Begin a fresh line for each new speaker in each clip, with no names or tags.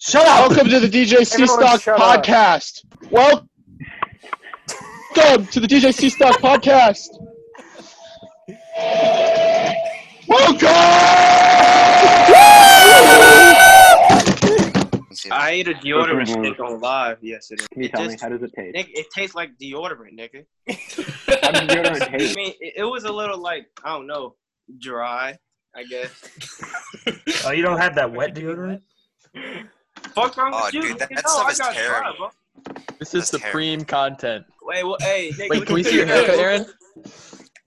Shut up!
Welcome to the DJC
Everyone
Stock
shut up.
Podcast. Well, welcome to the DJC Stock Podcast. Welcome!
I ate a deodorant
Mhm.
stick alive yesterday.
Can you
It
tell me
just-
how does it taste?
Nick, it tastes like deodorant, nigga.
How does deodorant
I
taste?
mean, it, it was a little like I don't know, dry. I guess.
Oh, you don't have that wet deodorant?
Fuck wrong
Oh,
with you?
dude, that
nigga? No,
stuff
I
is
got dry,
terrible.
bro.
This is
That's terrible.
supreme content.
Wait, well, hey, nigga,
Wait,
look
can we
at
see your
this.
haircut, Aaron?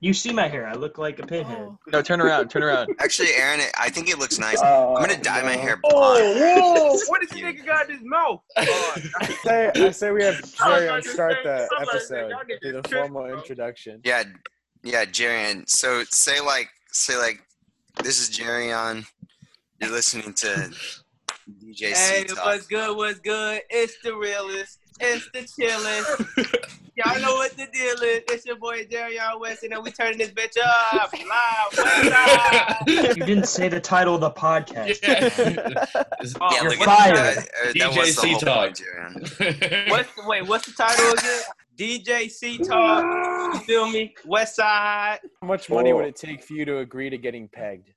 You see my hair. I look like a pinhead.
No, turn around, turn around.
Actually, Aaron, it- I think it looks nice.
Oh,
I'm gonna dye my hair blonde.
Oh, whoa! What does this nigga got in his mouth? Oh,
I say, I say we have
I
Jerry
was
start
gonna
the
say, somebody
episode.
said y'all
Do
niggas
the
tripping,
formal
bro.
introduction.
Yeah, yeah, Jarian. So say like, say like, this is Jarion. You're listening to DJ
Hey,
Talk.
what's good? What's good? It's the realest. It's the chillest. Y'all know what the deal is. It's your boy Darion Weston, and we turning this bitch up live. West side.
You didn't say the title of the podcast.
Oh,
yeah,
You're
look
what's-
fired.
At that. Uh, that was the
DJC
whole
Talk.
point, Jarion.
What's the, wait? What's the title again? DJ C Talk. You feel me? West Side.
How much money would
Cool.
it take for you to agree to getting pegged?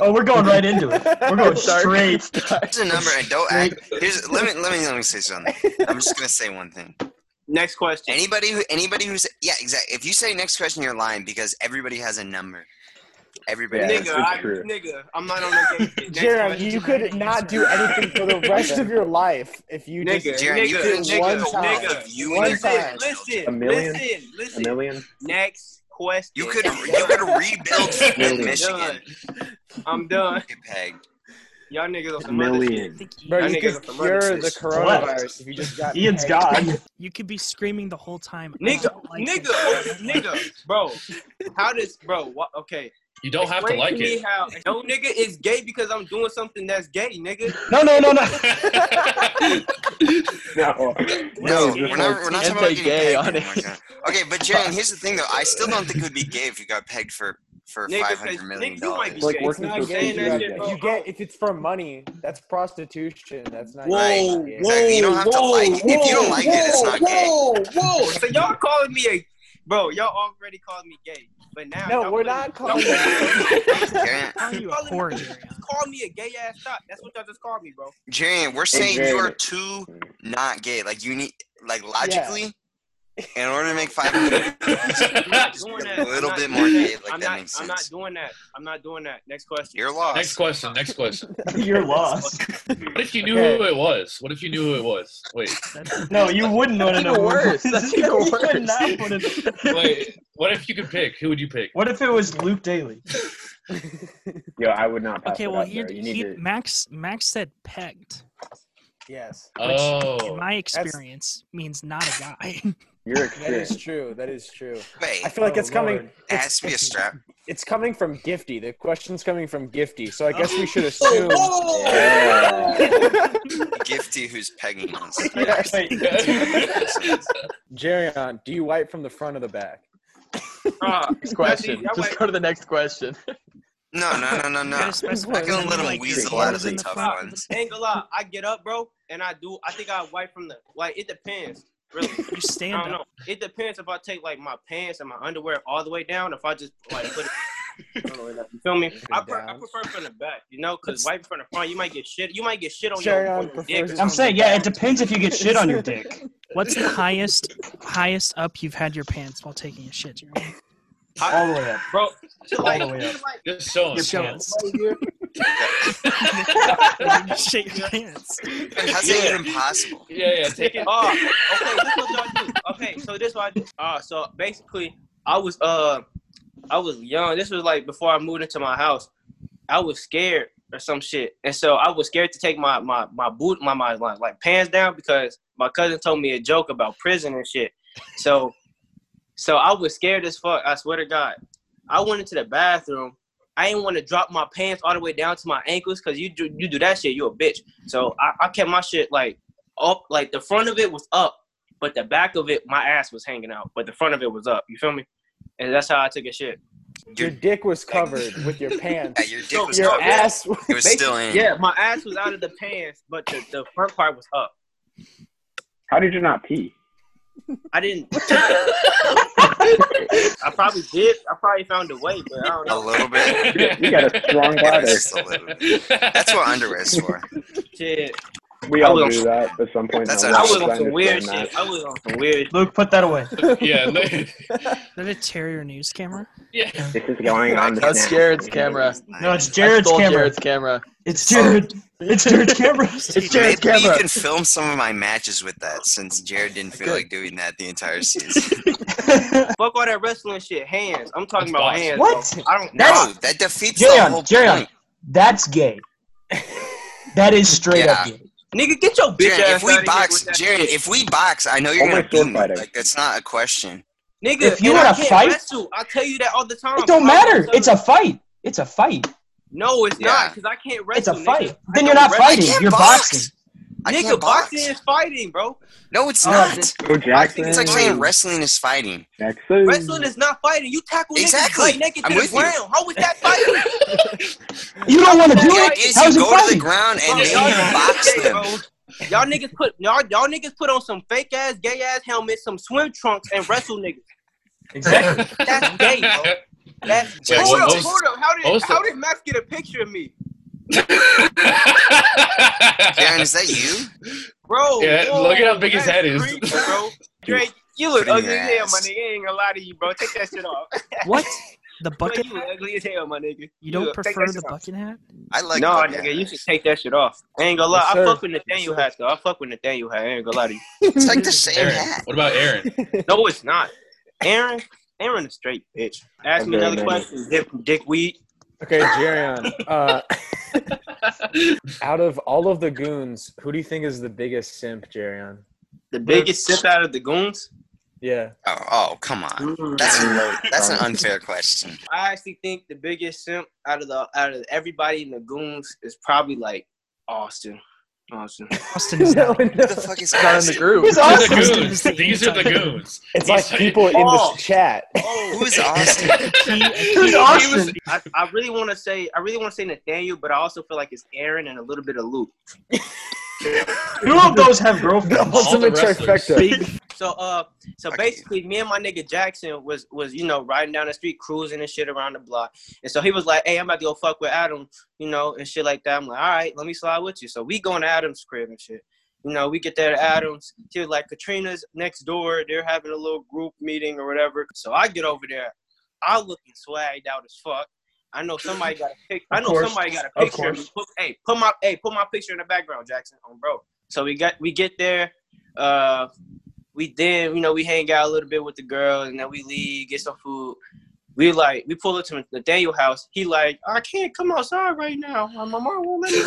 oh, we're going right into it. We're going straight.
Here's a number, and don't act. Here's let me let me let me say something. I'm just gonna say one thing.
Next question.
Anybody who anybody who's yeah, exactly. If you say next question, you're lying because everybody has a number. Everybody.
Yeah,
has
nigga,
it's
I,
true.
nigga, I'm not on that game shit. Next
Jerry,
question.
you could not do anything for the rest of your life if you just.
Nigga,
Jaren, you
nigga,
couldn't
just one
nigga,
time.
nigga.
You
One
and your
time.
Listen,
grandchildren.
A
listen,
million?
listen,
A
listen.
million?
Next question.
You could you could rebuild Flint,
Million.
Michigan.
I'm done.
Get pegged.
Y'all niggas are
A
some other shit.
million.
Bro,
That
you
nigga's
could
a murder
cure the
fist.
coronavirus if you just got.
Ian's
pegged.
gone.
You could be screaming the whole time. I
Nigga,
don't like
nigga, oh,
this.
nigga, bro. How does, bro? What, okay.
You don't have to
Explain
like
me
it.
How no nigga is gay because I'm doing something that's gay, nigga.
No, no, no, no.
No.
No, we're not, we're not talking about getting
Anti-gay
pegged
on
anymore, John. Okay, but Jaren, here's the thing though. I still don't think it would be gay if you got pegged for for
Nigga,
five
'cause
hundred million
nigga, you might be
dollars.
Like
gay.
working
Not
for
saying
free,
that
yeah.
shit, bro.
You get if it's for money, that's prostitution. That's not.
Whoa,
Yeah.
Exactly. You don't have to like it. If you don't like it, it's not gay.
Oh, so y'all calling me a, bro? Y'all already called me gay, but now
No,
y'all
we're
putting-
not calling.
y'all putting-
Jaren,
Are you a
Calling me-
whore,
Just
Jarion?
call me a gay ass thought. That's what y'all just called me, bro.
Jaren, we're saying
Jaren.
you are too not gay. Like you need like logically, in order to make five hundred,
I'm not doing that.
a little
I'm
bit
not
more
doing
gay.
that.
Like
I'm
that
not,
makes
I'm
sense.
not doing that. I'm not doing that. Next question.
You're lost.
next question. Next question.
You're lost.
What if you knew
Okay.
who it was? What if you knew who it was? Wait,
That's-
No, you wouldn't want to
That's
know.
even
who it
worse.
was.
That's
You
even
would
worse.
not wanna know.
wait. What if you could pick? Who would you pick?
What if it was Luke Daly?
Yo, I would not pass
Okay,
it
well,
up,
he,
bro. You need
he,
to-
Max Max said pegged,
Yes,
which in
Oh,
my experience means not a guy.
Your
that is
experience.
true. That is true.
Wait,
I feel like
Oh,
it's coming.
Lord.
it has to be a strap.
It's coming from Gifty. The question's coming from Gifty. So I guess we should assume.
Yeah.
Gifty who's pegging us.
Jerion, do you wipe from the front or the back?
Uh,
Next
That's
question.
easy. I
Just
went-
go to the next question.
No, no, no, no,
You gotta
no.
specify
I can
whether
let
you
him
like your
weasel out of
fingers
the
in
tough
front or
ones.
ain't gonna lie. I get up, bro, and I do. I think I wipe from the like. It depends, really.
the- You
I
stand
don't
up.
know. It depends if I take like my pants and my underwear all the way down. If I just like put it. I don't know, You feel me? I, pre- I
Down.
prefer from the back, you know, because wiping from the front, you might get shit. You might get shit on your,
Jerion
on your dick.
prefers.
I'm saying, yeah, it depends if you get shit on your dick.
What's the highest highest up you've had your pants while taking a shit? Jarion?
All the way up.
bro. To like,
All the way up.
to like
Just show
Your
us.
pants.
right here.
Shit your pants.
How's that even possible?
Yeah, yeah. Take it.
Oh, okay. This what y'all do. Okay, so this what I do. Uh, so basically, I was uh, I was young. This was like before I moved into my house. I was scared or some shit, and so I was scared to take my my my boot my my like, like pants down because my cousin told me a joke about prison and shit. So, so I was scared as fuck. I swear to God, I went into the bathroom. I didn't want to drop my pants all the way down to my ankles because you do you do that shit, you a bitch. So I, I kept my shit like up like the front of it was up, but the back of it, my ass was hanging out, but the front of it was up. You feel me? And that's how I took a shit.
Your,
Your dick was covered with your pants.
yeah, your dick was
your
covered.
ass.
It was still
Mm.
in.
Yeah, my ass was out of the pants, but the, the front part was up.
How did you not pee?
I didn't. I probably did. I probably found a way, but I don't
A
know.
little bit.
You got a strong
Yeah,
bladder.
just a little bit. That's what underwear is for.
Shit.
We
I
all
was-
do that at some point. in
That's
our
a-
I
lives.
was on
understand
some weird
that.
shit. I was on some weird.
Luke, put that away.
yeah,
Is that a Terrier news camera?
yeah.
This is going on the
That's Jared's camera.
No, it's
I
Jared's
stole
camera.
Jared's camera.
It's Jared. It's Jared's camera.
It's
Maybe
Jared's
you
camera.
can film some of my matches with that since Jared didn't feel
Okay.
like doing that the entire season.
Fuck all that wrestling shit. Hands. I'm talking
That's
about
boss.
hands.
What?
bro. I don't know.
no, that defeats the whole
Jaron, Jaron,
point.
that's gay. That is straight up gay.
Nigga, get your bitch
Jared,
ass
if we
outta here
box,
with that
Jared,
shit.
if we box, I know you're
Oh my
gonna beat me.
God.
Like that's not a question.
Nigga,
if you
and I
wanna
can't
fight-
wrestle. I tell you that all the time.
It don't matter. It's a fight. It's a fight.
no, it's
Yeah.
not because I can't
It's
wrestle.
a fight.
Nigga.
Then you're not
wrestle.
fighting.
I can't
You're
box.
boxing.
I
Nigga,
can't box.
boxing is fighting, bro.
No, it's
Oh,
not.
this-
Go Jackson.
It's like saying wrestling is fighting.
Jackson.
Wrestling is not fighting. You tackle
Exactly.
niggas butt naked
I'm
to the
with you.
ground. How is that fighting?
You don't want to do
The
it.
idea is
How's
you
it
go to the
fighting?
ground and then
Bro, y'all
you box
niggas gay,
them.
bro. Y'all niggas put y'all, y'all niggas put on some fake ass gay ass helmets, some swim trunks, and wrestle niggas.
Exactly.
That's gay, bro. That's
Yeah,
hold up,
most-
hold up. How did
most-
how did Max get a picture of me,
Jaron, is that you?
bro?
Yeah,
whoa,
look at how big his
that's
head is.
creepy, bro. Drake, you look
Put it in
ugly
your
as hell, my
ass.
nigga. I ain't gonna lie to you, bro. Take that shit off.
What? The
Drake,
bucket?
you look ugly as hell, my nigga.
You don't
look- take
prefer
that
the
shit off.
bucket hat?
I like.
no,
Buckeye.
nigga, you should take that shit off. I ain't gonna lie.
Yes,
I
sir.
fuck with Nathaniel hat though. I fuck with Nathaniel hat. I ain't gonna lie to you.
It's like the same
Aaron.
hat.
What about Aaron?
No, it's not. Aaron, Aaron is straight bitch. Ask me
Okay,
another
man.
question. Dick, dick weed.
Okay, Jerion. Uh, out of all of the goons, who do you think is the biggest simp, Jerion?
The biggest sip out of the goons.
Yeah.
Oh, oh, come on.
Mm.
That's that's an unfair question.
I actually think the biggest simp out of the out of everybody in the goons is probably like Austin. Austin.
Austin is not.
Who the fuck is
Not in the
Austin?
group.
He's
These are
awesome.
the
Austin
goons.
is the
These are the
anti-hero.
goons.
It's like people in
Oh.
this chat.
Who is Austin?
He-
Who's Austin?
I, I really want to say I really want to say Nathaniel, but I also feel like it's Aaron and a little bit of Luke.
Two of those have girlfriends.
the
Ultimate
wrestlers.
trifecta.
So uh, so
Okay.
basically, me and my nigga Jackson was was you know riding down the street cruising and shit around the block, and so he was like, "Hey, I'm about to go fuck with Adam, you know, and shit like that." I'm like, "All right, let me slide with you." So we going to Adam's crib and shit. You know, we get there to Adam's. He was like, "Katrina's next door. They're having a little group meeting or whatever." So I get over there. I looking swagged out as fuck. I know somebody got a pic. I
Of
know
course.
somebody got a
Of
picture. of me. Put- hey, put my hey, put my picture in the background, Jackson. On bro. So we got we get there. Uh, we then you know we hang out a little bit with the girl, and then we leave, get some food. We like we pull up to Nathaniel house. He like I can't come outside right now. My mom won't let me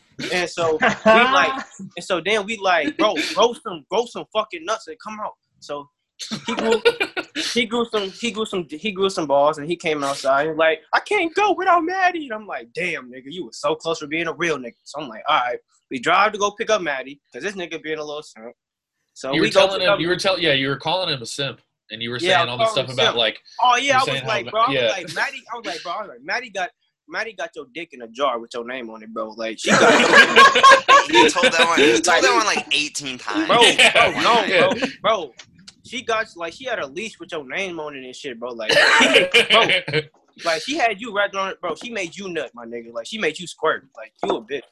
leave. and so like- and so then we like bro, grow some grow some fucking nuts and come out. So he grew, he grew some he grew some he grew some balls and he came outside and like I can't go without Maddie. And I'm like, damn nigga, you was so close to being a real nigga. So I'm like, all right, we drive to go pick up Maddie because this nigga being a little simp. So
You were
we go
telling
pick up-
him. You were telling. Yeah, you were calling him a simp, and you were
Yeah, I
saying all this
called him
stuff
a
about
simp.
like.
Oh yeah,
You're
I was
saying
like,
how
bro, I was
ma-
like, Maddie, I was like, bro, I was like, Maddie got, Maddie got your dick in a jar with your name on it, bro. Like she got,
You told that one. You told that one like 18 times.
bro, bro,
Yeah,
no,
yeah.
bro, bro, she got like she had a leash with your name on it and shit, bro. Like,
Oh,
like she had you wrapped on it, bro. She made you nut, my nigga. Like she made you squirt. Like you a bitch.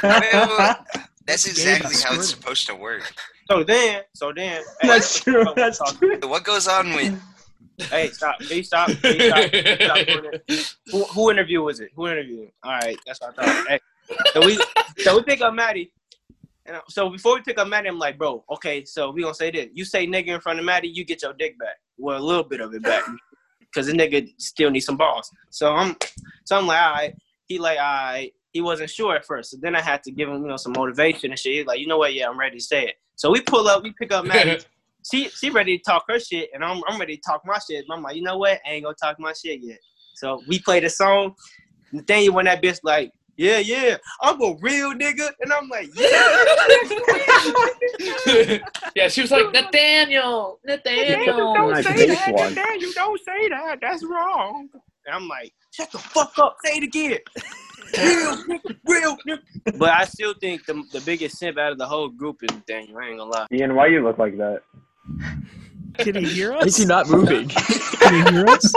Bro.
That's exactly how it's supposed to work.
So then, so then, hey,
That's true. That's true.
What goes on with?
hey, stop, please stop, please stop. Who, who interview was it? Who interviewed? All right, that's what I thought. Hey, so we so we pick up Maddie, and I- so before we pick up Maddie, I'm like, bro, okay, so we gonna say this. You say nigga in front of Maddie, you get your dick back. Well, a little bit of it back, cause the nigga still needs some balls. So I'm so I'm like, all right. He like, all right. He wasn't sure at first, so then I had to give him, you know, some motivation and shit. He's like, you know what? Yeah, I'm ready to say it. So we pull up, we pick up Maddie she she ready to talk her shit, and I'm I'm ready to talk my shit. But I'm like, you know what? I ain't gonna talk my shit yet. So we played a song. Nathaniel when that bitch like yeah, yeah, I'm a real nigga, and I'm like, yeah.
yeah, she was like Nathaniel, Nathaniel.
Nice base one.
you don't say that. That's wrong. And I'm like, shut the fuck up. Say it again. real, nigga, real. nigga. But I still think the, the biggest simp out of the whole group is Daniel. I ain't gonna lie.
Ian, why you look like that?
Did he hear
Is
us?
he not moving?
Did he hear us?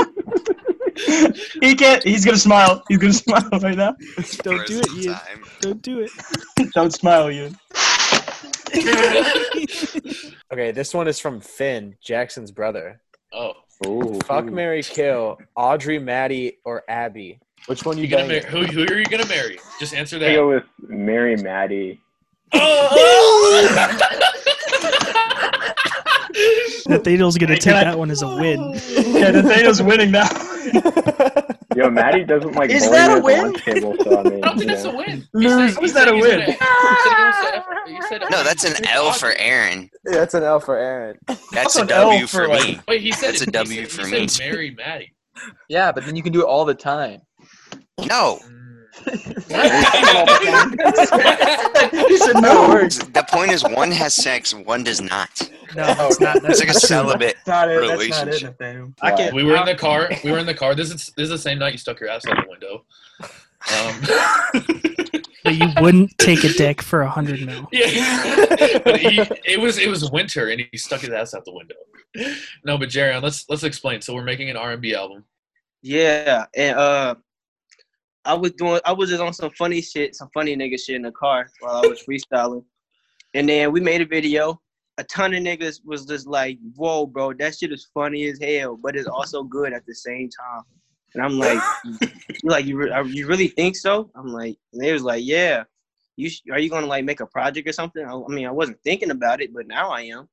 he can't. He's gonna smile. He's gonna smile right now.
Don't do it, Ian.
Time.
Don't do it.
Don't smile, you.
Okay, this one is from Finn, Jackson's brother.
Oh,
Ooh.
Fuck Mary Kill, Audrey, Maddie, or Abby. Which one
you
you
gonna
going
mar- who, who are you gonna marry? Just answer
I
that.
go with Mary Maddie.
Nathaniel's gonna
Hey,
take
can I-
that one as a win.
Yeah, Nathaniel's winning now.
Yo, Maddie doesn't like
Is
bowling
that a
at the
win?
lunch table, so I mean,
I don't think
you
that's a
know.
win.
Lose. How is that a win?
No, that's an L for Aaron.
That's an L for Aaron.
That's
Also
a
an L
W
for,
for me.
Wait, he said
That's a
he
W
said-
for
he
me.
Said marry Maddie.
Yeah, but then you can do it all the time.
No,
he said no words.
the point is one has sex, one does not.
No, that's not.
Oh, It's
That's
like a celibate.
Not it. That's not it,
Relationship.
Nathaniel.
I can't-
we were in the car. We were in the car. This is this is the same night you stuck your ass out the window. Um,
But you wouldn't take a dick for a hundred mil.
Yeah, but he, it was it was winter, and he stuck his ass out the window. No, but Jerry, let's let's explain. So we're making an R and B album.
Yeah, and uh, I was doing, I was just on some funny shit, some funny nigga shit in the car while I was freestyling, and then we made a video. A ton of niggas was just like, "Whoa, bro, that shit is funny as hell, but it's also good at the same time." And I'm like, "You like you, re- uh, you really think so?" I'm like, and they was like, "Yeah." You sh- are you gonna like make a project or something? I, I mean, I wasn't thinking about it, but now I am,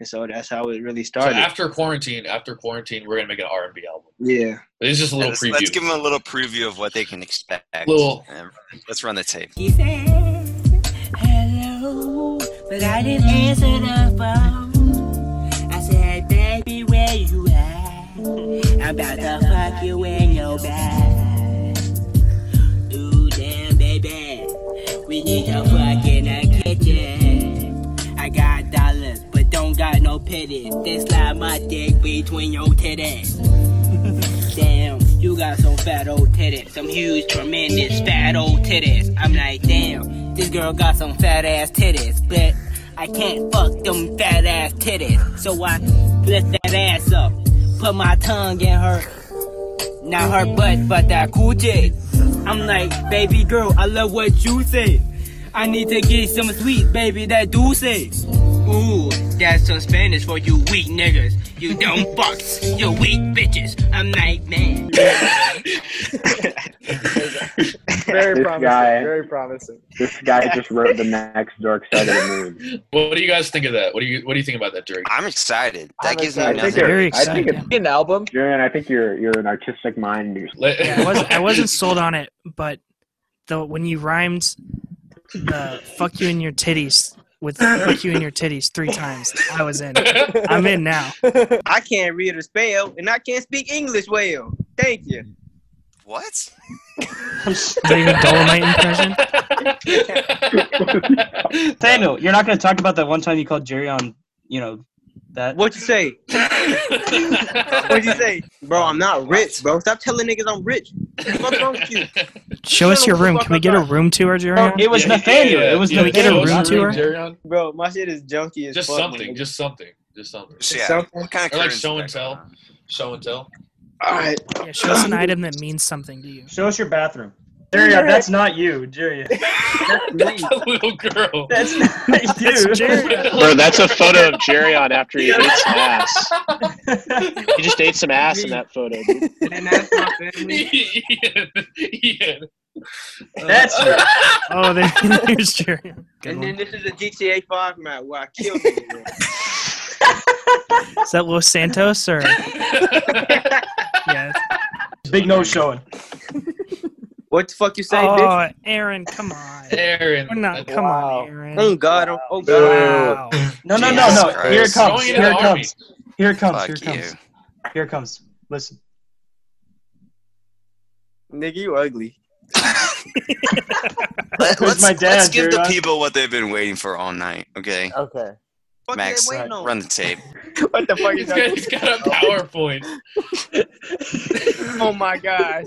and so that's how it really
So
started.
after quarantine, after quarantine, we're gonna make an R and B album.
yeah.
It's just a little
Let's,
preview.
let's give them a little preview of what they can expect.
Little-
Um, let's run the tape.
She said, hello, but I didn't answer the phone. I said, baby, where you at? I'm about to fuck you in your bed. Ooh, damn, baby, we need to fuck in the kitchen. I got dollars, but don't got no pity. Then slide my dick between your titties. Damn, you got some fat old titties, some huge, tremendous fat old titties. I'm like, damn, this girl got some fat ass titties, but I can't fuck them fat ass titties. So I lift that ass up, put my tongue in her, not her butt, but that coochie. I'm like, baby girl, I love what you say. I need to get some sweet, baby, that dulce. Ooh, that's some Spanish for you weak niggas. You don't fucks, you weak bitches. I'm like, man.
Very
This
promising.
guy-
Very promising.
This guy just wrote the next dark side of the moon.
What do you guys think of that? What do you what do you think about that, Jerry?
I'm excited. That
I'm
gives
excited.
me
I think
nothing.
you're-
Very
I think
excited.
it's,
An album.
Jaren, I think you're you're an artistic mind. You're-
Let-
Yeah, I wasn't, I wasn't sold on it, but the when you rhymed the "fuck you in your titties" with "fuck you in your titties" three times, I was in. I'm in now.
I can't read or spell, and I can't speak English well. Thank you.
What?
Is that your Dolomite impression?
Nathaniel, you're not gonna talk about that one time you called Jerry on, you know, that.
What you say? What you say, bro? I'm not rich, bro. Stop telling niggas I'm rich. What's wrong with you?
Show us your room. Can we get a room tour,
No,
Jerry?
it was Nathaniel. It was
Yeah, we get a
Nathaniel.
room
not
tour?
Jerry.
Jerry?
Bro, my shit is junky as
Just
fuck.
something.
nigga.
Just something. Just something.
So, yeah,
Something.
what kind of
Or like
curtains
show
is
and
that
tell.
going on?
Show and tell.
All right.
Yeah, show us an item that means something to you.
Show us your bathroom. Jerry, that's not you, Jerry.
That's a little girl.
That's not you.
That's Jerry.
Bro, that's a photo of Jerry on after he ate some ass. He just ate some ass in that photo. Dude.
And that's my family.
Ian, Ian.
That's you.
Oh, there, there's Jerry. Good
And then
one.
this is a GTA 5 map where I killed you.
Is that Los Santos or? Yeah.
Big nose showing.
what the fuck you say, bitch?
Oh, Aaron, come on.
Aaron.
We're not. Come
Wow.
on, Aaron.
Oh God! Oh, oh God!
Wow.
No, no, no,
Jesus
no. Here it
Christ.
comes.
Going
Here
into the
it
army.
comes. Here it comes. Here
Fuck
it
you.
comes. Here it comes. Listen.
Nigga, you ugly.
Let,
Who's
us
my dad,
let's give the
Jared?
people what they've been waiting for all night. Okay,
Okay.
Max, uh,
waiting on?
run the tape.
What the fuck is
He's got, he's got a PowerPoint.
Oh my gosh.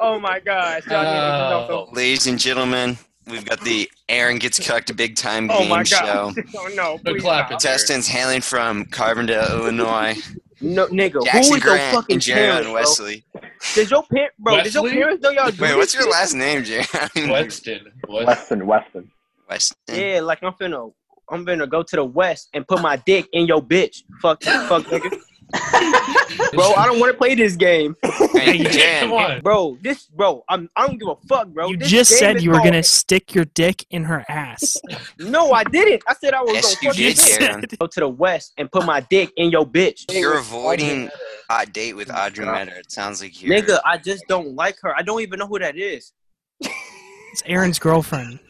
Oh my gosh. Y'all need to know.
Oh,
Ladies and gentlemen, we've got the Aaron gets cucked big time
Oh
game
my
show.
gosh. Oh no.
the
please
clap.
stop.
Contestants hailing from Carbondale, Illinois.
No, nigga. who
Jackson
is your
Grant
fucking
and
parents,
Jaron
bro?
Wesley.
Did your parent, bro? Did your
Wesley?
parents know y'all? do
Wait, what's
this
your
shit?
last name, Jaron?
Weston. Weston.
Weston, Weston.
Weston.
Yeah, like I'm finna, I'm finna go to the west and put my dick in your bitch. Fuck, fuck, nigga. bro, I don't want to play this game,
Hey,
Come
Jaron,
on.
bro. This, bro, I'm, I don't give a fuck, bro.
you
This
just
game
said
is
you were
called-
gonna stick your dick in her ass.
No, I didn't. I said I was
Yes,
gonna
you
fucking
did, Jaron.
go to the west and put my dick in your bitch,
You're avoiding a date with Audrey Matter. It sounds like you're.
nigga. I just don't like her. I don't even know who that is.
It's Aaron's girlfriend.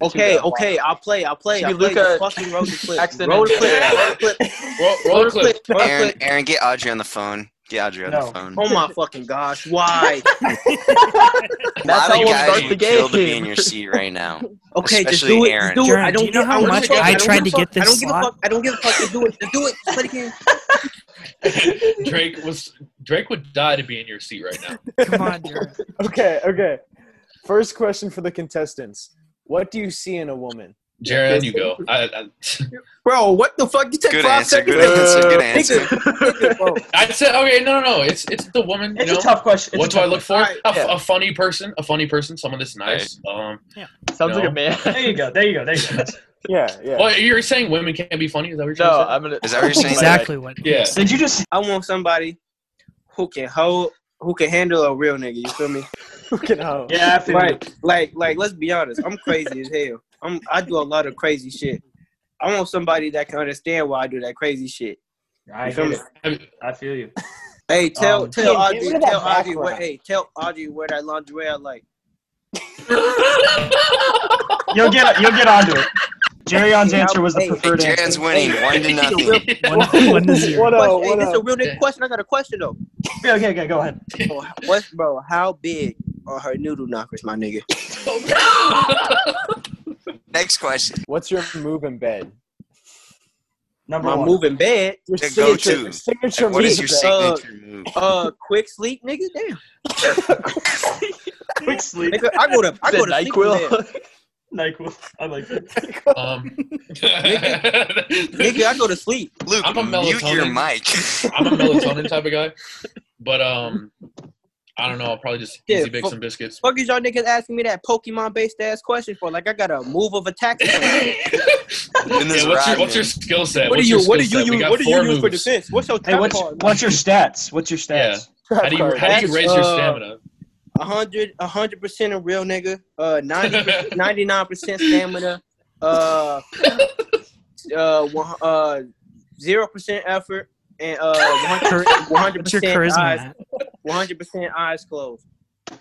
Okay, okay, I'll play. I'll play.
Should
I'll
be
play.
Luka
Just fucking roll the clip.
Jackson
Roll the
and Jared.
clip. Roll the clip.
Roll, roll a clip.
Roll the
Aaron,
clip.
Aaron, get Audrey on the phone. Get Audrey on
No.
the phone.
Oh my fucking gosh! Why?
That's
a
how
lot of
we'll
guys
start
would
the
kill to be
game.
in your seat right now.
Okay,
Especially
just do it.
Aaron.
Just do it.
Jared,
I
do
don't
you know
get-
how
don't
much
give a fuck.
I
don't
tried
give a
to get
fuck. I don't
this
give a
slot?
fuck. I don't give a fuck. Just do it. Just do it. Just play the game.
Drake was Drake would die to be in your seat right now.
Come on, Jared.
Okay. Okay. First question for the contestants: What do you see in a woman?
Jaron, you go. I, I,
Bro, what the fuck? You took
Good
five
answer.
seconds.
Good answer. Good answer.
Bro,
I said okay. No, no, no. It's it's the woman. You
It's
know?
a tough question. It's
What
a
do I
tough
look for?
Alright,
a, f-
yeah.
a funny person. A funny person. Someone that's nice. Um.
Sounds like
No.
a man.
There you go. There you go. There you go. That's-
Yeah. Yeah.
Well, you're saying women can't be funny? Is that what you're
No,
saying?
I'm gonna.
Is that what you're saying?
Exactly what.
Yeah.
uh,
Did you just?
I want somebody who can hold, who can handle a real nigga. You feel me?
Fucking hell.
Yeah. I feel you.
Like, like, like. Let's be honest. I'm crazy as hell. I'm. I do a lot of crazy shit. I want somebody that can understand why I do that crazy shit.
I
You feel
feel
me?
you. I feel you.
Hey, tell
Um,
Hey,
tell
give
Audrey,
me that
tell Audrey,
background.
where, hey, tell Audrey where that lingerie I like.
You'll get. You'll get onto it. Jerryon's
Hey,
answer was the
hey,
preferred
Hey,
answer.
Jaron's winning one to nothing.
One, one to zero.
What up?
Question- hey,
What
this is a
up?
real nigga question. I got a question though.
Okay, okay, okay, go ahead.
Bro, what's bro? How big are her noodle knockers, my nigga?
Next question.
What's your move in bed?
Number
My
one.
move in bed.
Your
The
signature,
go-to.
your signature
Like, what
move
is
in
your
bed.
Uh,
signature move?
Uh, quick sleep, nigga. Damn,
Quick sleep.
nigga. I go to I
Is
go
it
to sleep. in
Nyquil?
Nyquil. I like it.
um,
bed. Nigga, I go to sleep.
Luke,
Uh, I'm a
mute your
melatonin.
mic.
I'm a melatonin type of guy, but um, I don't know. I'll probably just
Yeah,
easy bake
fuck-
some biscuits.
Fuck is y'all niggas asking me that Pokemon based ass question for? Like I got a move of attack.
yeah,
this
what's your, what's
Rodman.
your skill set?
what do
What's
you
your
What do
skill
you
set? We
use?
got
What do
four
you use for
moves.
defense? What's your
Hey,
trap
what's
card?
what's your stats? What's your stats?
How do you how do you raise your
Uh,
stamina?
A hundred, a hundred percent a real nigga. Uh, 99 percent stamina. Uh, uh, one- uh, zero percent effort and uh, one hundred
What's your
percent
charisma?
eyes,
at?
one hundred percent eyes closed.
Okay,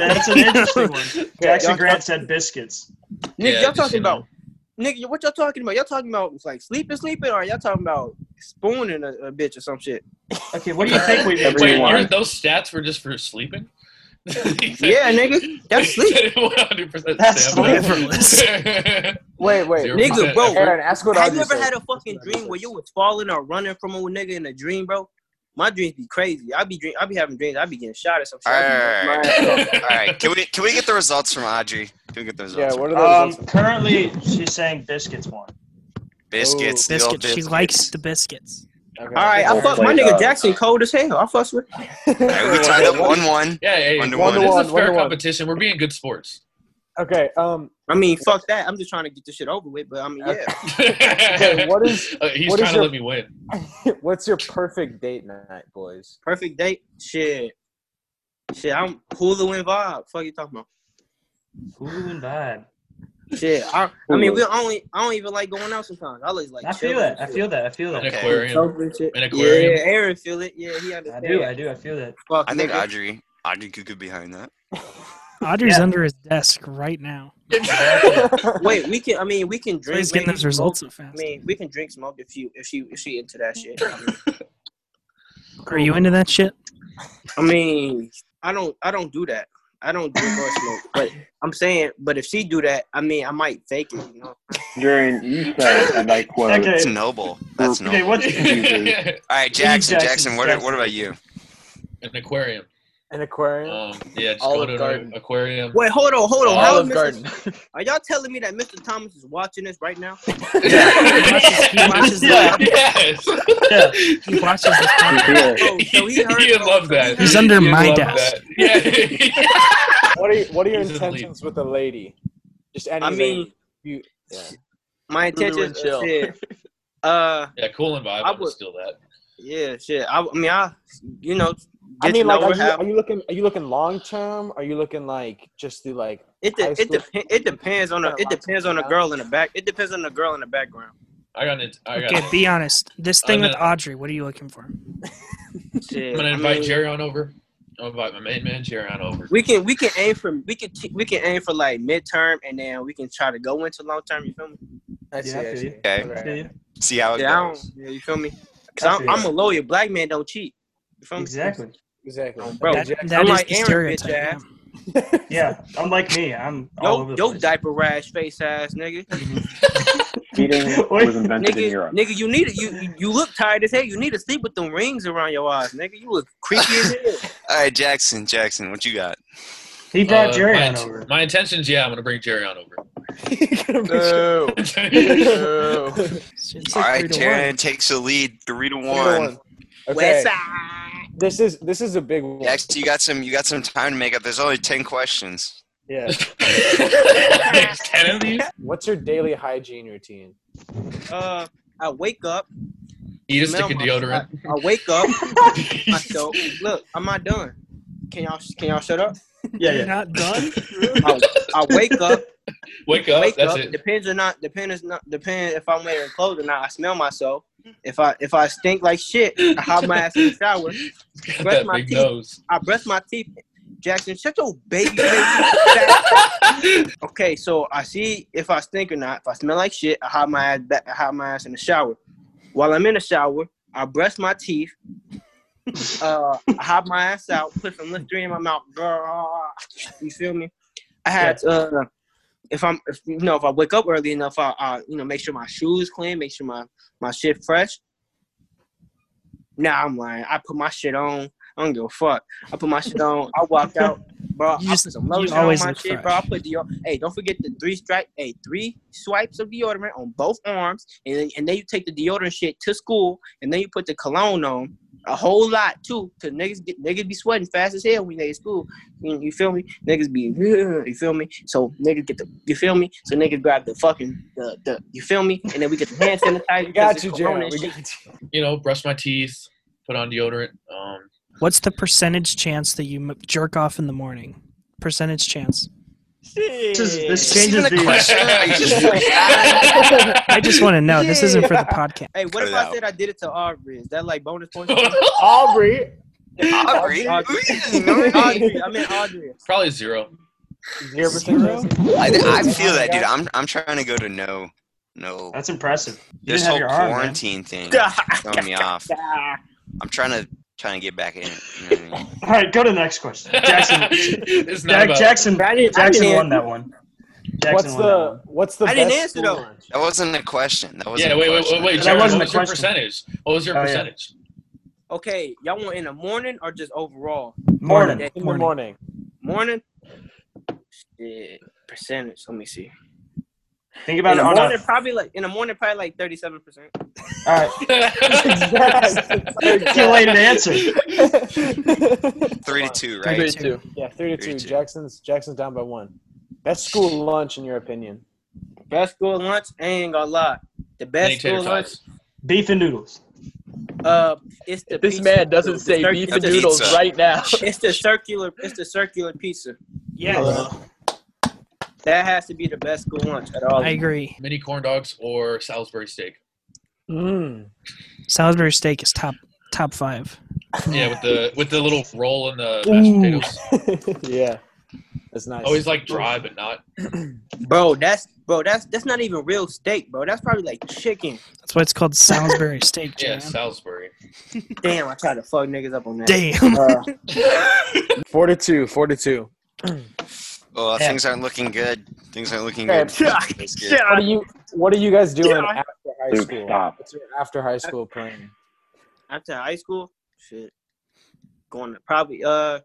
that's an interesting one. Jackson
y'all-
Grant said biscuits.
Nigga,
Yeah,
y'all
just,
talking
you know.
about? Nigga, what y'all talking about? Y'all talking about like sleeping, sleeping, or y'all talking about spooning a, a bitch or some shit?
Okay, what do you think we
Wait,
did?
Everyone.
uh,
you're- those stats were just for sleeping?
Yeah, nigga, that's sleep.
100%
That's
stamina.
sleepless.
Wait, wait.
Zero
Nigga,
percent
bro,
effort.
Aaron, ask what
Have
Audrey
you ever
said.
had a fucking dream where you was falling or running from a nigga in a dream, bro? My dreams be crazy. I be dream. I be having dreams. I be getting shot or some shit. I be-
Alright.
my-
All right, can we can we get the results from Audrey? Can we get the results?
Yeah, what
from
are
Um,
those?
currently, she's saying biscuits one.
biscuits. the old
Biscuits. She likes the biscuits.
Okay.
All right, I
Alright,
fuck my
like,
nigga
uh,
Jackson cold as hell. I fucks with.
All right, we tied up one one.
Yeah, hey,
One to
this
one.
is a
One to
fair
one.
competition. We're being good sports.
Okay. Um.
I mean, fuck that. I'm just trying to get this shit over with. But I mean, yeah.
what is-
Uh, he's
what is
trying to
your-
let me win.
What's your perfect date night, boys?
Perfect date. Shit. Shit. I'm Hulu and vibe. Fuck you talking about.
Ooh, and vibe.
Shit. I, I mean, we only. I don't even like going out sometimes. I always like.
I feel
chilling
that. I
and
feel that. I feel
An
that.
Okay.
shit.
aquarium.
Sober and shit.
An
Yeah,
aquarium.
Aaron feel it. Yeah, he
I
understand.
do. I do. I feel that.
Fuck,
I think
nigga.
Audrey Audrey could go behind that.
Audrey's
Yeah.
under his desk right now.
Wait, we can. I mean, we can drink.
He's getting
maybe
those results so
I
fast.
mean, we can drink smoke if you if she if she into that shit.
Are you into that shit?
I mean, I don't I don't do that. I don't do bud smoke. But I'm saying, but if she do that, I mean, I might fake it. You know?
Jaren, you said, and I quote,
Okay.
It's noble. That's
Okay,
noble.
what's-
All right, Jackson,
Jackson,
Jackson, what,
Jackson.
what about you?
An aquarium.
An aquarium.
Um, yeah, just
Olive
go to
Garden.
an aquarium.
Wait, hold on, hold on.
Uh,
How is Mr. Are y'all telling me that Mr. Thomas is watching this right now?
He watches
Yeah,
the-
yes.
He watches this.
Oh, so he heard.
He'd love that.
He's under
He'd
my
love
desk.
that. Yeah.
What are you, what are your
He's asleep.
intentions with a lady? Just any.
I mean,
lady. you. Yeah.
My intention is shit. Uh,
Yeah, cool and vibe.
I
I would
would-
steal that.
yeah, shit. I, I mean, I, you know, get
I mean,
to know
like, are
what
you,
happened.
are you looking? Are you looking long term? Are you looking like just the like?
It
high
de- it,
school-
dep- it depends on the it depends on the girl in the back. It depends on the girl in the background.
I got an. I got.
Okay, be honest. This thing
I'm
with Audrey, what are you looking for?
Shit,
I'm gonna
I
invite
mean,
Jerry on over. I'm gonna invite my main man Jerry on over.
We can we can aim for we can t- we can aim for like midterm and then we can try to go into long term. You feel me?
I see. I see.
Okay.
Okay.
See how it
Yeah, I don't-
goes.
yeah, you feel me? Cause I'm, I'm a lawyer. Black man don't cheat. You feel me?
Exactly.
Exactly.
Bro,
That,
Jackson.
that
Oh, I'm
is
like
the
Aaron, bitch
stereotype. yeah.
ass.
Yeah, I'm like me. I'm all
Yo,
over the
yo,
place.
diaper rash, face ass, nigga.
cheating was invented in
nigga,
Europe.
nigga, you need it. You you look tired as hell. You need to sleep with them rings around your eyes, nigga. You look creepy as hell.
All right, Jackson, Jackson, what you got?
He brought
Uh,
Jerry
my
on
int-
over.
My intentions, yeah, I'm gonna bring Jerry on over.
No. No.
Shit's
All
like
right,
three to one.
Jaren takes the lead, three to
Another
one.
one. Okay.
West side.
This is this is a big one.
Jackson, you got some. You got some time to make up. There's only ten questions.
Yeah.
There's Ten of these.
What's your daily hygiene routine?
Uh, I wake up.
You just
smell
stick a
my-
deodorant.
I, I wake up. I soap. Look, I'm not done. Can y'all can y'all shut up?
Yeah,
You're
yeah.
not done?
I, I wake up.
Wake up.
wake
that's
up.
it.
Depends or not. Depends not. Depends if I'm wearing clothes or not. I smell myself.
Mm-hmm.
If I if I stink like shit, I hop my ass in the shower.
Got
brush
that
my
big
teeth.
nose.
I brush my teeth. Jackson, shut your baby face. okay, so I see if I stink or not. If I smell like shit, I hide my ass back. I hide my ass in the shower. While I'm in the shower, I brush my teeth. Uh, I hop my ass out, put some Listerine in my mouth. You feel me? I had uh, if I'm if, you know if I wake up early enough, I, I you know make sure my shoes clean, make sure my my shit fresh. Nah, I'm lying. I put my shit on. I don't give a fuck. I put my shit on. I walk out, bro.
You
I
just-
put some
you
lotion on my
always
shit,
look
bro. I put deodorant. Hey, don't forget the three stripe. Hey, three swipes of deodorant on both arms, and then, and then you take the deodorant shit to school, and then you put the cologne on. A whole lot too, cause niggas get niggas be sweating fast as hell when they at school. You, you feel me? Niggas be, you feel me? So niggas get the, you feel me? So niggas grab the fucking, the, the you feel me? And then we get the hand sanitizer.
We got
because
you,
it's corona
Jared.
and
We
shit.
got you.
You know, brush my teeth, put on deodorant. Um,
What's the percentage chance that you m- jerk off in the morning? Percentage chance.
This, is, this
Is this
changes
even a
the.
question? Are you just-
I just want to know. This isn't for the podcast.
Hey, what
Cut
if
it
I
out.
said I did it to Aubrey? Is that like bonus points?
Aubrey.
Aubrey,
Audrey.
who is ignoring me?
Audrey, I meant Audrey.
probably zero.
Zero percent. chance?
I, I feel that, dude. I'm I'm trying to go to no, no.
That's impressive. You
This
didn't have your
whole
arm, man.
quarantine thing is throwing me off. I'm trying to trying to get back in. it, You know what I mean?
All right, go to the next question. Jackson.
it's not
Jack,
about,
Jackson.
I didn't- I
Jackson
didn't
won that one. Jackson
What's
won that one.
the what's the
I
best
didn't answer,
school
though.
lunch?
That wasn't a question. That wasn't.
Yeah,
a
wait, wait,
question.
wait, wait,
That
Jerry, what
wasn't the
was your
question.
percentage? What was your
Oh, yeah.
percentage?
Okay, y'all want in the morning or just overall?
Morning.
That
In the
Morning.
morning.
morning? Shit, percentage. Let me see. In
Think about
the
it on
morning,
a.
probably like in the morning, probably like thirty-seven percent.
All right. Calculated answer.
Three to two, right?
Grade two.
Yeah, three to two.
32.
Jackson's Jackson's down by one. Best school lunch in your opinion?
Best school lunch? I ain't gonna lie. The
Any
best
tater
school lunch.
tots?
Beef and noodles.
Uh, it's the
This
pizza.
man doesn't say
Turkey
beef and
pizza.
noodles right now.
It's the circular. It's the circular pizza.
Yes.
That has to be the best school lunch at all.
I agree.
Mini corn dogs or Salisbury steak?
Mm.
Salisbury steak is top top five.
Yeah, with the with the little roll and the mashed potatoes.
yeah. That's nice.
Always like dry, but not.
Bro, that's bro, that's that's not even real steak, bro. That's probably like chicken.
That's why it's called Salisbury steak,
Yeah,
Jan.
Salisbury.
Damn, I tried to fuck niggas up on that.
Damn.
Four to two. Four to two.
Well,
Yeah.
things aren't looking good. Things aren't looking
Yeah,
good. It's good.
What are you What are you guys doing
Yeah.
after high
Dude,
school?
stop.
What's your after high school plan?
after high school, shit, going to probably uh,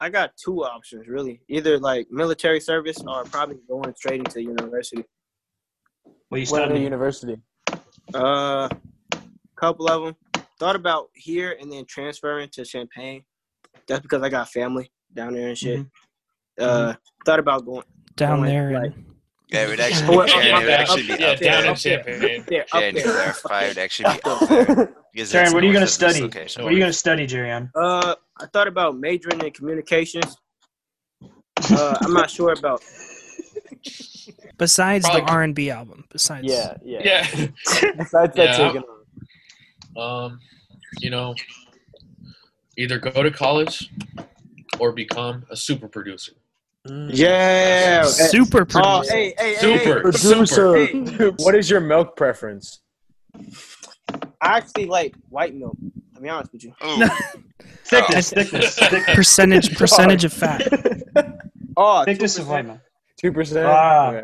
I got two options really. Either like military service or probably going straight into university.
What you
Where at the
studying?
university?
Uh, couple of them thought about here and then transferring to Champagne. That's because I got family down there and shit. Uh, thought about going
Down
Going,
there.
like,
Yeah, it would actually,
Oh, up-
yeah, it
up
would
there,
actually
up
be
yeah,
up there.
down in
up there.
Champagne.
there,
Yeah,
up
to
there.
clarify, it would actually be up there.
Jaren, what are you gonna study?
Okay,
What are you gonna study, Jerion?
Uh, I thought about majoring in communications. Uh, I'm not sure about.
Besides the
Probably-
R and B album. Besides
Yeah, yeah.
Yeah.
Besides that,
Yeah.
taking
Um, you know, either go to college or become a super producer.
Yeah.
Super
Oh,
producer.
hey, hey, hey, hey.
Super, super.
producer. What is your milk preference?
I actually like white milk. To be honest with you.
Ooh,
Thickness, thickness, thickness,
Percentage percentage of fat.
Oh,
thickness of white milk.
Two percent.
Ah.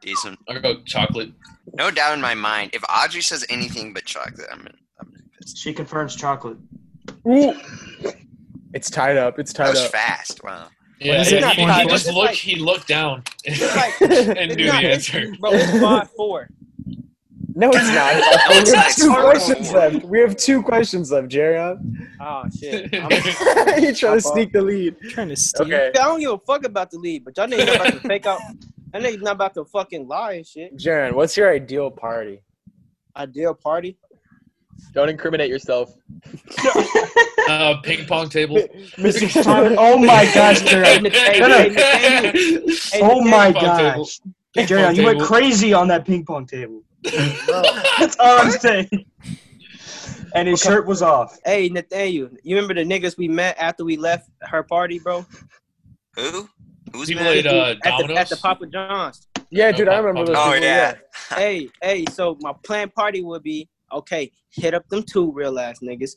decent.
I'll go chocolate.
No doubt in my mind. If Audrey says anything but chocolate, I'm gonna, I'm gonna be pissed.
She confirms chocolate.
It's tied up. It's
That
tied
was
up.
fast. Wow.
Yeah,
is
he,
it?
he
It's
just
like-
looked. he looked down
like-
and knew the
not-
answer.
Bro, it's five four.
No, it's not.
it's
we have two
not. It's
questions
horrible.
left. We have two questions left, Jerion.
Oh shit. I'm, I
you trying to sneak the lead?
trying to steal.
Okay,
don't give a fuck about the lead, but y'all niggas not about to fake out. That niggas not about to fucking lie and shit.
Jaren, what's your ideal party?
Ideal party.
Don't incriminate yourself.
Uh, ping pong table.
Oh my gosh, Jerion. No, no. Oh my
Ping pong table.
gosh. Jerion, you went crazy on that ping pong table. That's all I'm saying. And his shirt was off.
Hey Nathaniel, you remember the niggas we met after we left her party, bro?
Who? Who's
He
mad?
played uh,
At the,
Domino's.
at the Papa John's.
Yeah, dude, I remember those.
Oh
people,
yeah.
hey, hey, so my planned party would be okay, hit up them two real ass niggas,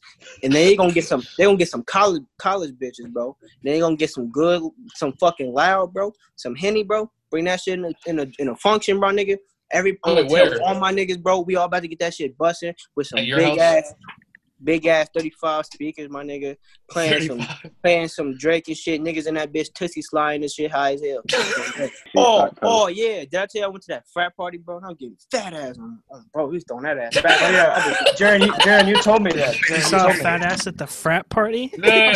and they gonna get some they gonna get some college college bitches, bro. They gonna get some good some fucking loud, bro, some henny, bro. Bring that shit in a in a, in a function, bro, nigga. Every
Oh,
I'm gonna
wait,
tell
where?
all my niggas, bro, we all about to get that shit busting with some
At
big
your house?
ass big ass thirty five speakers, my nigga, playing some playing some Drake and shit. Niggas in that bitch Tootsie sliding and shit high as hell. oh, oh yeah. Did I tell you I went to that frat party, bro? And I'm getting fat ass on, on bro. He's throwing that ass back.
Oh, yeah. Jaren, you, Jaren, you told me that. Jaren,
You
you
saw a
told me
fat
that.
ass at the frat party?
No, no,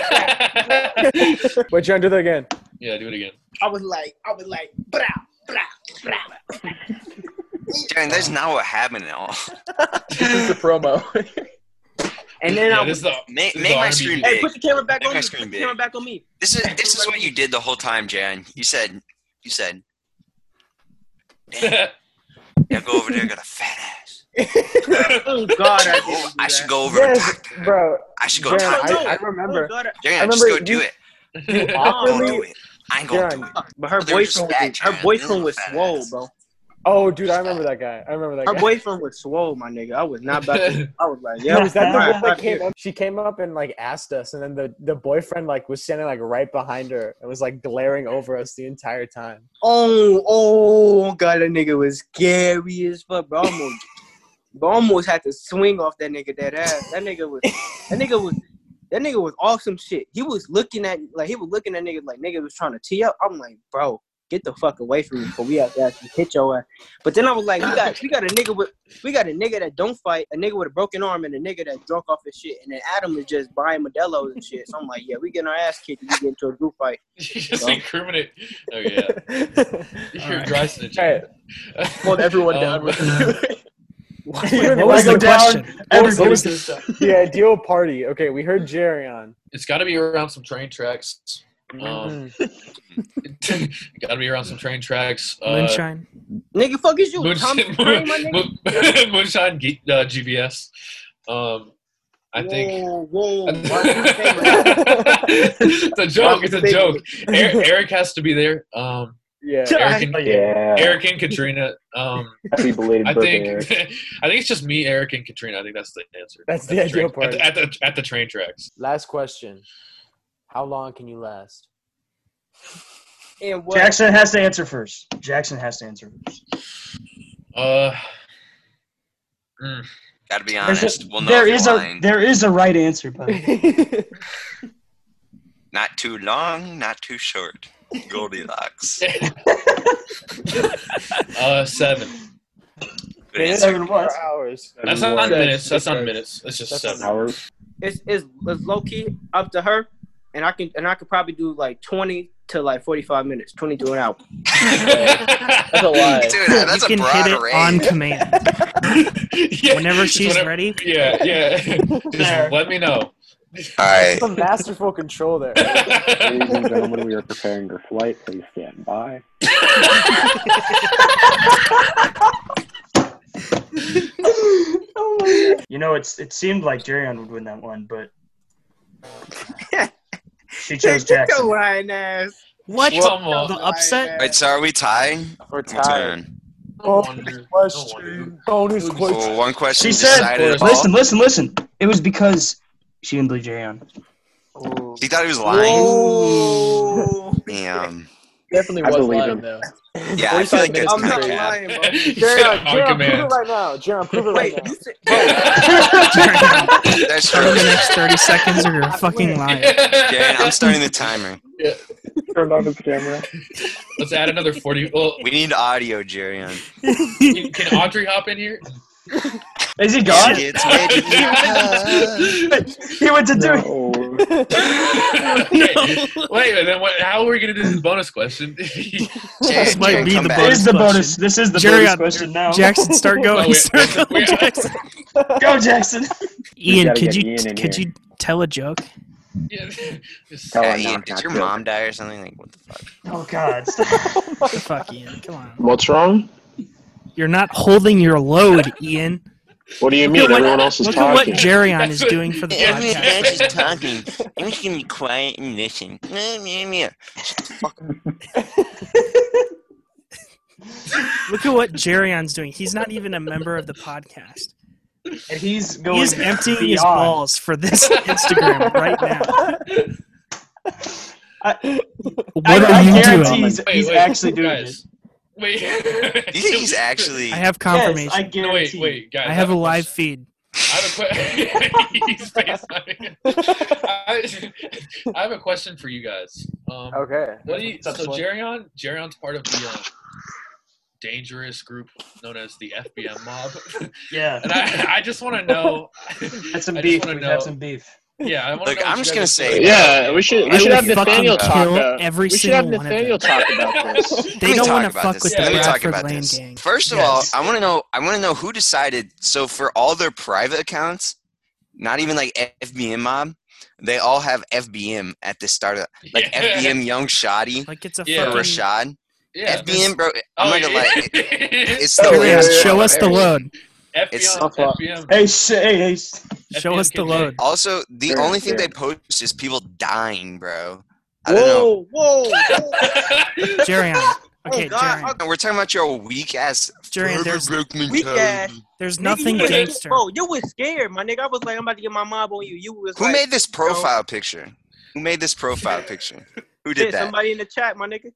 no.
yeah. Wait, Jaren, do that again.
yeah, do it again.
I was like, I was like, brah, brah, brah.
Jaren, that's not what happened at all.
This is the promo.
And then
yeah,
I
this is
was
the,
Make,
This is
make my
RBG.
screen
Hey,
big.
put the camera back
Make
on
my
me. Put
screen
the
big.
camera back on me.
This is this is what you did the whole time, Jaren. You said you said yeah, go over there, got a fat ass.
Oh God, I,
I,
didn't do
I should
that.
go over and
Yes,
talk to her.
bro.
I should go
Jaren,
talk to her.
I, I remember.
Oh, God, I-
Jaren,
I
just go
remember
do
you-
it.
awkwardly-
I'm gonna
Awkwardly-
do it. I ain't gonna do it.
Jaren.
But her
They were just
boyfriend,
fat
was, her
Jaren.
boyfriend
They
was
were fat
swole,
ass.
bro.
Oh, dude, I remember that guy. I remember that
Her
guy.
boyfriend was swole, my nigga. I was not about to. I was like, yeah,
Yeah, was that the
alright,
one that
fuck
came
you.
up? She came up and like asked us, and then the, the boyfriend like was standing like right behind her and was like glaring over us the entire time.
Oh, oh, God, that nigga was scary as fuck, bro. I Almost, bro, I almost had to swing off that nigga that ass. That nigga was, that nigga was, that nigga was awesome shit. He was looking at, like, he was looking at niggas like niggas was trying to tee up. I'm like, bro, get the fuck away from me, before we have to actually hit your ass. But then I was like, we got, we got a nigga with, we got a nigga that don't fight, a nigga with a broken arm, and a nigga that drunk off his shit. And then Adam is just buying Modelo's and shit. So I'm like, yeah, we getting our ass kicked. if We get into a group fight.
you just incriminate. Oh yeah, you're
Alright.
dry snitching.
Alright.
Hold everyone
Um,
down with you.
What was the question?
What
Everybody
was the ideal party? Okay, we heard Jerion.
It's got to be around some train tracks. Um, got to be around some train tracks. Uh,
Moonshine.
Nigga, fuck is you,
Moonshine,
Tommy Crane, my nigga.
Moon- Moonshine G- uh, GBS. Um, I think.
Whoa, whoa.
it's a joke. It's a joke. Eric, Eric has to be there. Um,
Yeah.
Eric and,
Yeah.
Eric and Katrina. Um,
Happy belated
I
birthday,
think I
Eric.
think it's just me, Eric, and Katrina. I think that's the answer.
That's
At
the ideal
train- at the- At the, at, the, train tracks.
Last question. How long can you last?
And what?
Jackson has to answer first. Jackson has to answer first.
Uh, mm,
Gotta be
There's
honest.
a-
we'll know
there
if
is
you're
a
lying.
there is a right answer, buddy.
Not too long, not too short. Goldilocks.
uh, seven.
Good answer.
what?
hours.
That's
Seven
not
words.
minutes. That's not minutes. That's just seven.
Hours.
It's it's, it's low key up to her, and I can and I could probably do like twenty to like forty five minutes, twenty to an hour.
That's a lie.
Dude, that's
you
a
can
broad
hit it on
range.
command.
Yeah,
Whenever
just
she's
whenever-
ready.
Yeah, yeah. Just let me know.
All right.
Some masterful control there.
Ladies and gentlemen, we are preparing for flight. Please stand by.
You know, it's it seemed like Jerion would win that one, but she chose Jackson.
lying ass.
What?
Come on.
The upset?
Wait, so are we tied?
We're
Your
tired.
turn.
No wonder. No wonder.
Question. Bonus
Well,
question.
one question
She said-
decided it all.
Listen, listen, listen. It was because she didn't believe Jerion.
He thought he was lying. Damn.
Definitely
I
was
believe
lying
him.
though.
Yeah, I feel like that's
I'm
not
not
cap.
lying, bro.
Said
Jerion,
on
Jerion, prove it
command.
right now. Jerion, prove it right
Wait,
now.
you said, bro,
That's
Over
true.
the next 30 seconds or you're fucking lying.
Jaren, I'm starting the timer.
Turn on his camera.
Let's add another forty. Well,
We need audio, Jerion.
can can Audrey hop in here?
Is he gone?
It's magic.
He went to do it.
No.
Wait, and then what, how are we gonna do this bonus question?
Jaren,
might
Jaren,
be
come
the
back.
It
bonus.
is the
question.
bonus. This is the
Jerion,
bonus question now.
Jackson, start
Oh,
going.
wait,
Start
wait,
going,
wait.
Jackson.
Go, Jackson.
Ian,
gotta
could
get
you
Ian in
could
here.
you tell a joke?
Yeah. Just-
Oh,
Yeah,
no,
Ian, did
not
your
good.
mom die or something? Like, what the fuck?
Oh God.
Fuck Ian, come on.
What's wrong?
You're not holding your load, Ian.
What do you mean?
at what-
Everyone else is
Look at what
talking.
Jerion is doing for the
Yeah,
I'm
yeah.
podcast.
just talking. I'm just gonna be quiet and listen. Meh, meh, meh.
Look at what Jerion's doing. He's not even a member of the podcast.
And he's going.
He's emptying his
beyond.
balls for this Instagram right now.
I,
What
I,
are
I
you
guarantee
doing?
he's,
Wait,
he's
wait,
actually doing
guys.
this.
Wait.
Do you think he's actually?
I have confirmation.
Yes, I
I,
No, wait,
guarantee.
wait, guys.
have a
question.
live feed.
I have a question. he's FaceTiming. I, I have a question for you guys. Um,
Okay.
What do you? So
That's what-
Jerion, Jerion's part of the uh, dangerous group known as the FBM mob,
Yeah.
and I, I just want to know.
Had some
I just
beef.
wanna
We've had
know-
some beef.
Yeah, I want
Look,
know. what
I'm
you
just
guys
gonna
are
say-
doing.
Yeah, we should.
I
We should
would
have Nathaniel
fucking
talk.
kill
uh,
every
we should have
single one of
Nathaniel talk about this.
They
Let me
don't
talk
want to
about
fuck
this.
with
Yeah,
the
Let me talk
Bradford
about
Lane
this.
gang.
First of
Yes.
all, I want to know. I want to know who decided. So for all their private accounts, not even like FBM mob, they all have FBM at the start of like
Yeah.
FBM Young Shoddy
Like it's a
or
Yeah.
fucking.
Rashad.
Yeah,
FBM, bro. I'm
oh,
not gonna lie. it- It's the
Oh,
Jerion,
yeah, yeah, yeah.
show us the load.
It's-
FBM. FBM.
Hey, sh- hey, hey. sh-
Show us the
FBM.
load.
Also, the
Sure,
only thing
sure.
they post is people dying, bro. I don't know.
whoa,
Jerion. Okay,
Oh, God,
Jerion.
And we're talking about your weak ass.
Jerion, there's
Weak ass.
there's nothing
Nigga, you-
gangster.
Bro, you was scared, my nigga. I was like, I'm about to get my mob on you. You was
Who
like,
made this profile picture? Who made this profile picture? Who
shit,
did that?
somebody in the chat, my nigga.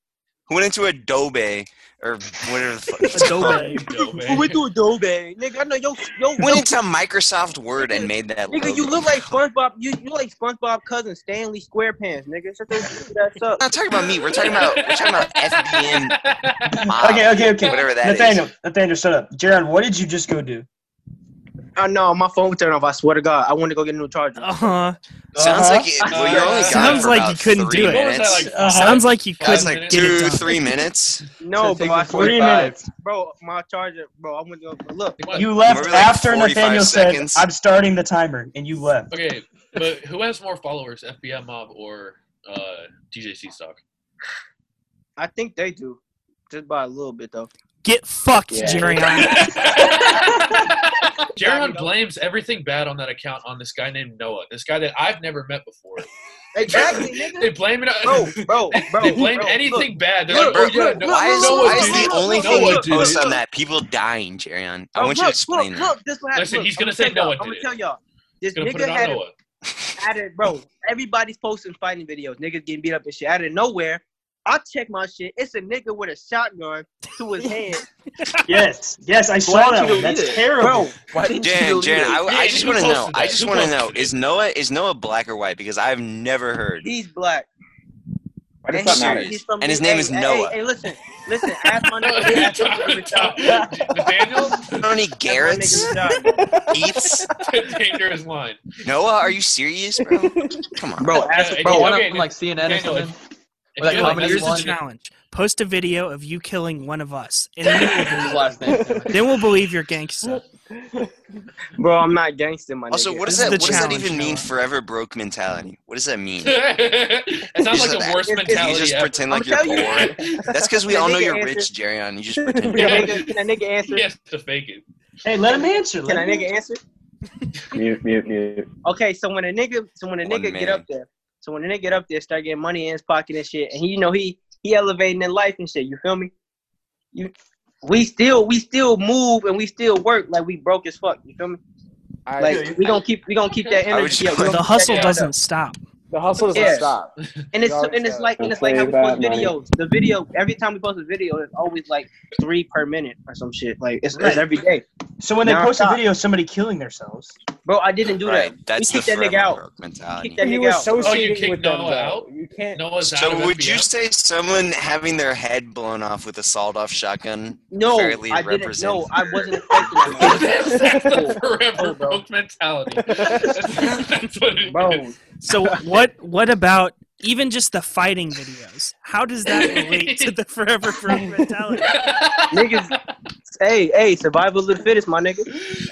Who went into Adobe or whatever the fuck? it's called?
Adobe.
Who went through Adobe, nigga? I know yo, yo,
Who went into Microsoft Word and made that?
nigga. You
logo?
look like SpongeBob. You you like SpongeBob cousin Stanley SquarePants, nigga. Shut those stupid ass up.
We're not talking about me. We're talking about we're talking about FBM. mob,
Okay, okay, okay.
Ah, Whatever that is.
Nathaniel, Nathaniel, shut up. Jaron, what did you just go do?
I know my phone turned off. I swear to God, I want to go get a new charger.
Uh huh.
Sounds
Uh-huh.
like it. Well, you only got it
Sounds
for
like
about
you couldn't
three
do it.
What was
Minutes.
that like?
Uh-huh.
Sounds like you
That was
couldn't
like
get it
two,
done.
three minutes.
No,
Should take
bro, I
you three
swear to God.
minutes.
bro, my charger, bro. I want to go look.
Come on.
You left
We're like
after
45
Nathaniel
seconds.
said, "I'm starting the timer," and you left.
Okay, but who has more followers, FBM Mob or uh, DJ Stock?
I think they do, just by a little bit though.
Get fucked,
Yeah.
Jerion.
Jaron blames everything bad on that account on this guy named Noah, this guy that I've never met before. Exactly, They blame it. Bro,
bro, bro.
They blame
bro,
anything
look.
bad. They're
Look,
like, oh,
look,
yeah,
look,
no,
Why is,
no
why
one
is
did it.
the only
No
thing
one
you
did it.
post on that people dying, Jerion?
Oh,
I
Bro,
want you
look,
to explain
look,
that.
look, this what happened.
Listen,
Look,
he's
I'm
gonna say
tell
no
y'all,
one
I'm
did
gonna
it.
tell y'all. This
gonna put
nigga
it on
had,
Noah.
a, had it, bro. Everybody's posting fighting videos. Niggas getting beat up and shit. Out of nowhere, I check my shit. It's a nigga with a shotgun to his head.
Yes, yes, I saw
Why
that
did you
one. That's
delete it?
terrible.
Bro, why didn't you
Jan,
delete
Jan,
it?
I, I
Yeah,
just
who
want to know.
posted
I
that?
just
Who
want to
posted
know:
it?
is Noah is Noah black or white? Because I've never heard.
He's black.
Why does
And
that
he's-
matter?
he's from
And his
the-
name
hey,
is
hey,
Noah.
Hey, listen, listen. Ask my nigga.
You're
ask my
talking
nigga Rashad.
about Nathaniel?
Tony
My
Garrett,
nigga Rashad.
Keats,
Dangerous line.
Noah. Are you serious, bro? Come on,
Bro, ask,
Uh, Yeah,
bro,
yeah,
why
okay,
not from, like CNN or
Daniel, if-
something?
If
Like,
you're
comedy
this
Here's
is
the
one.
is an-
challenge: post a video of you killing one of us, and then,
His last name.
then we'll believe you're gangsta.
Bro, I'm not gangster, my
Also,
nigga.
what does that?
This is
What
the
does that
challenge,
even mean?
Noah.
Forever broke mentality. What does that mean? Do
it sounds like the
It's-
it's-
worst
you
mentality
just
ever.
pretend
I'm
like you're
telling you.
poor? That's because we all know
Nigga
you're
answer.
rich, Jerion. You just pretend.
Can that nigga, can that nigga answer?
He has to fake it.
Hey, let him answer.
Can
Let
that
him answer.
nigga answer?
Mute, mute, mute.
Okay, so when a nigga, so when a
One
nigga
man.
get up there, so when a nigga get up there, start getting money in his pocket and shit, and he, you know, he he elevating in life and shit. You feel me? You, we still we still move and we still work like we broke as fuck. You feel me?
I,
Like we gonna keep we gonna keep that
I would
energy. up.
just-
We gonna
The
keep
hustle
that
doesn't stop.
the hustle doesn't
Yeah.
stop.
And it's
Y'all
and it's
said
like and it's like how we
Save
post
that money.
videos. The video every time we post a video, it's always like three per minute or some shit. Like it's, it's
Right.
every day.
So when they
Nah,
post a
stop.
video of somebody killing themselves,
Bro, I didn't do
Right,
that.
that's
we
the
kicked that nigga
forever
out.
broke
We
mentality.
kicked that
You
nigga out.
associating
kicked
with them,
Noah
though.
out?
You can't.
Noah's out
So
of
would you
FBM.
say someone having their head blown off with a sawed-off shotgun
No,
fairly
I didn't.
represents?
No, I wasn't expecting that.
That's the
Oh, bro.
forever broke mentality. That's, that's what it
Bro,
is.
So what? What about even just the fighting videos? How does that relate to the forever broke mentality?
Niggas, hey, hey, survival of the fittest, my nigga.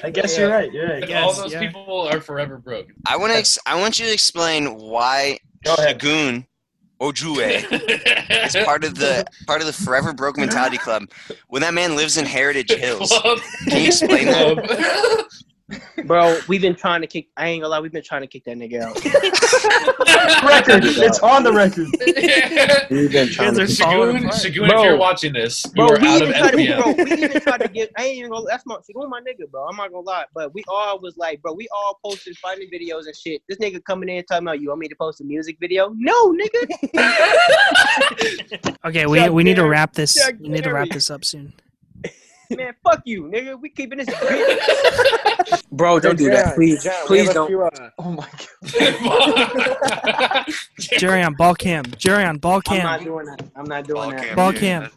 I guess you're right. You're right.
Yes,
All those
yeah.
people are forever broke.
I want to. Ex- I want you to explain why
Go ahead.
Shagun Ojue is part of the part of the Forever Broke Mentality Club. When that man lives in Heritage Hills,
Club.
can you explain that?
Club.
Bro, we've been trying to kick. I ain't gonna lie, we've been trying to kick that nigga out.
Record. It's on the record.
You've been trying
guys
to
are
Shagun,
falling apart.
Shagun, if
Bro.
you're watching this, you
Bro,
are
we
out of
even, tried to, bro
FBM.
we even tried to get. I ain't even gonna. That's my. She my nigga, bro. I'm not gonna lie, but we all was like, bro, we all posted funny videos and shit. This nigga coming in talking about you want me to post a music video? No, nigga.
Okay, we,
Chuck
we need to
Berry.
wrap this.
Chuck
We need to wrap
Berry.
this up soon.
Man, fuck you, nigga. We keeping this. bro,
Jerion, Jerion, we have a few, uh,
Oh my god.
Jerry on ball cam. Jerry on ball
I'm not
cam.
doing that. I'm not doing that.
Ball
dude.
cam.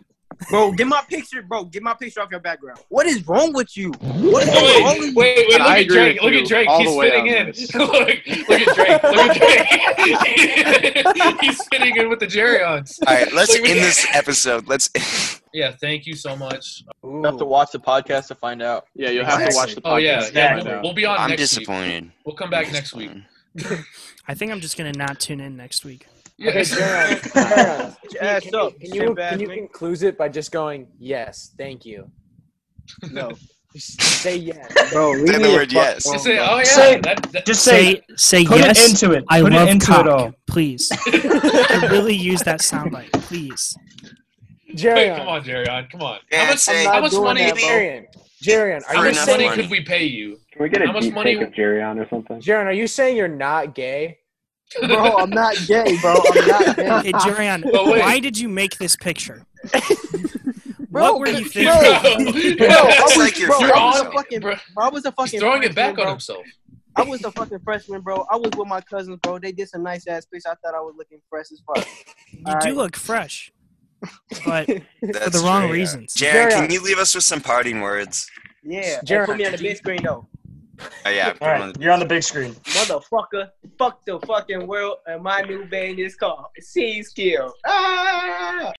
Bro, get my picture, bro. Get my picture off your background. What is wrong with you? What is wrong with you?
Wait, wait, wait, look
I
at
agree
Drake.
with
Look at
you
Drake.
all
He's
the way
fitting
on
in.
this.
look, look at Drake. Look at Drake. He's fitting in with the Jerryons.
All right, let's
Like, we-
end this episode. Let's.
Yeah, thank you so much.
ooh.
You have to watch the podcast to find out.
Yeah, you'll have to watch the podcast.
Oh, yeah. yeah
to
we'll,
find
we'll be on
I'm
next week.
disappointed.
We'll come back next week.
I think I'm just gonna not tune in next week.
Okay,
Yes.
Jerion, Jerion,
Get your ass
can,
up.
you, can,
shit
you,
bag
can you
nigga.
conclude it by just going yes, thank you?
No.
Just say yes.
Bro, leave
Say the
me the fuck
word yes.
alone,
Just say,
bro.
oh, yeah.
Say-
that, that,
Just say.
Say say
Put
yes.
it into it.
I
Put
love
it into
cock.
it all.
Please, I really use that soundbite. Please.
Jerion,
come on, Jerryon. Come on.
Yeah,
how much,
say-
I'm
How
not
much
doing
money-
that, Jerion. Jerion,
how
For
are you
much
enough
money
saying,
money.
could we pay you?
Can we get
How
a
much
deep
money-
take of Jerry on or something?
Jerion, are you saying you're not gay?
Bro, I'm not gay, bro. I'm not gay.
Okay, Jerry
Oh, wait.
why did you make this picture?
Bro,
what were you
bro.
thinking?
Bro, I
It's
was,
like you're
bro,
throwing
I was a
yourself.
fucking,
Bro,
bro, I was a fucking
he's throwing it back
freshman,
on
bro.
himself.
I was a fucking freshman, bro. I was with my cousins, bro. They did some nice ass pics. I thought I was looking fresh as fuck.
You
All
do
right.
look fresh, but for
That's
the wrong
true.
reasons.
Jerion.
Jaren, can you leave us with some parting words?
Yeah. Hey,
Jared,
put me on the big screen though.
Oh yeah.
All right, you're on the big screen.
Motherfucker. Fuck the fucking world and my new band is called Seas Kill. Ah!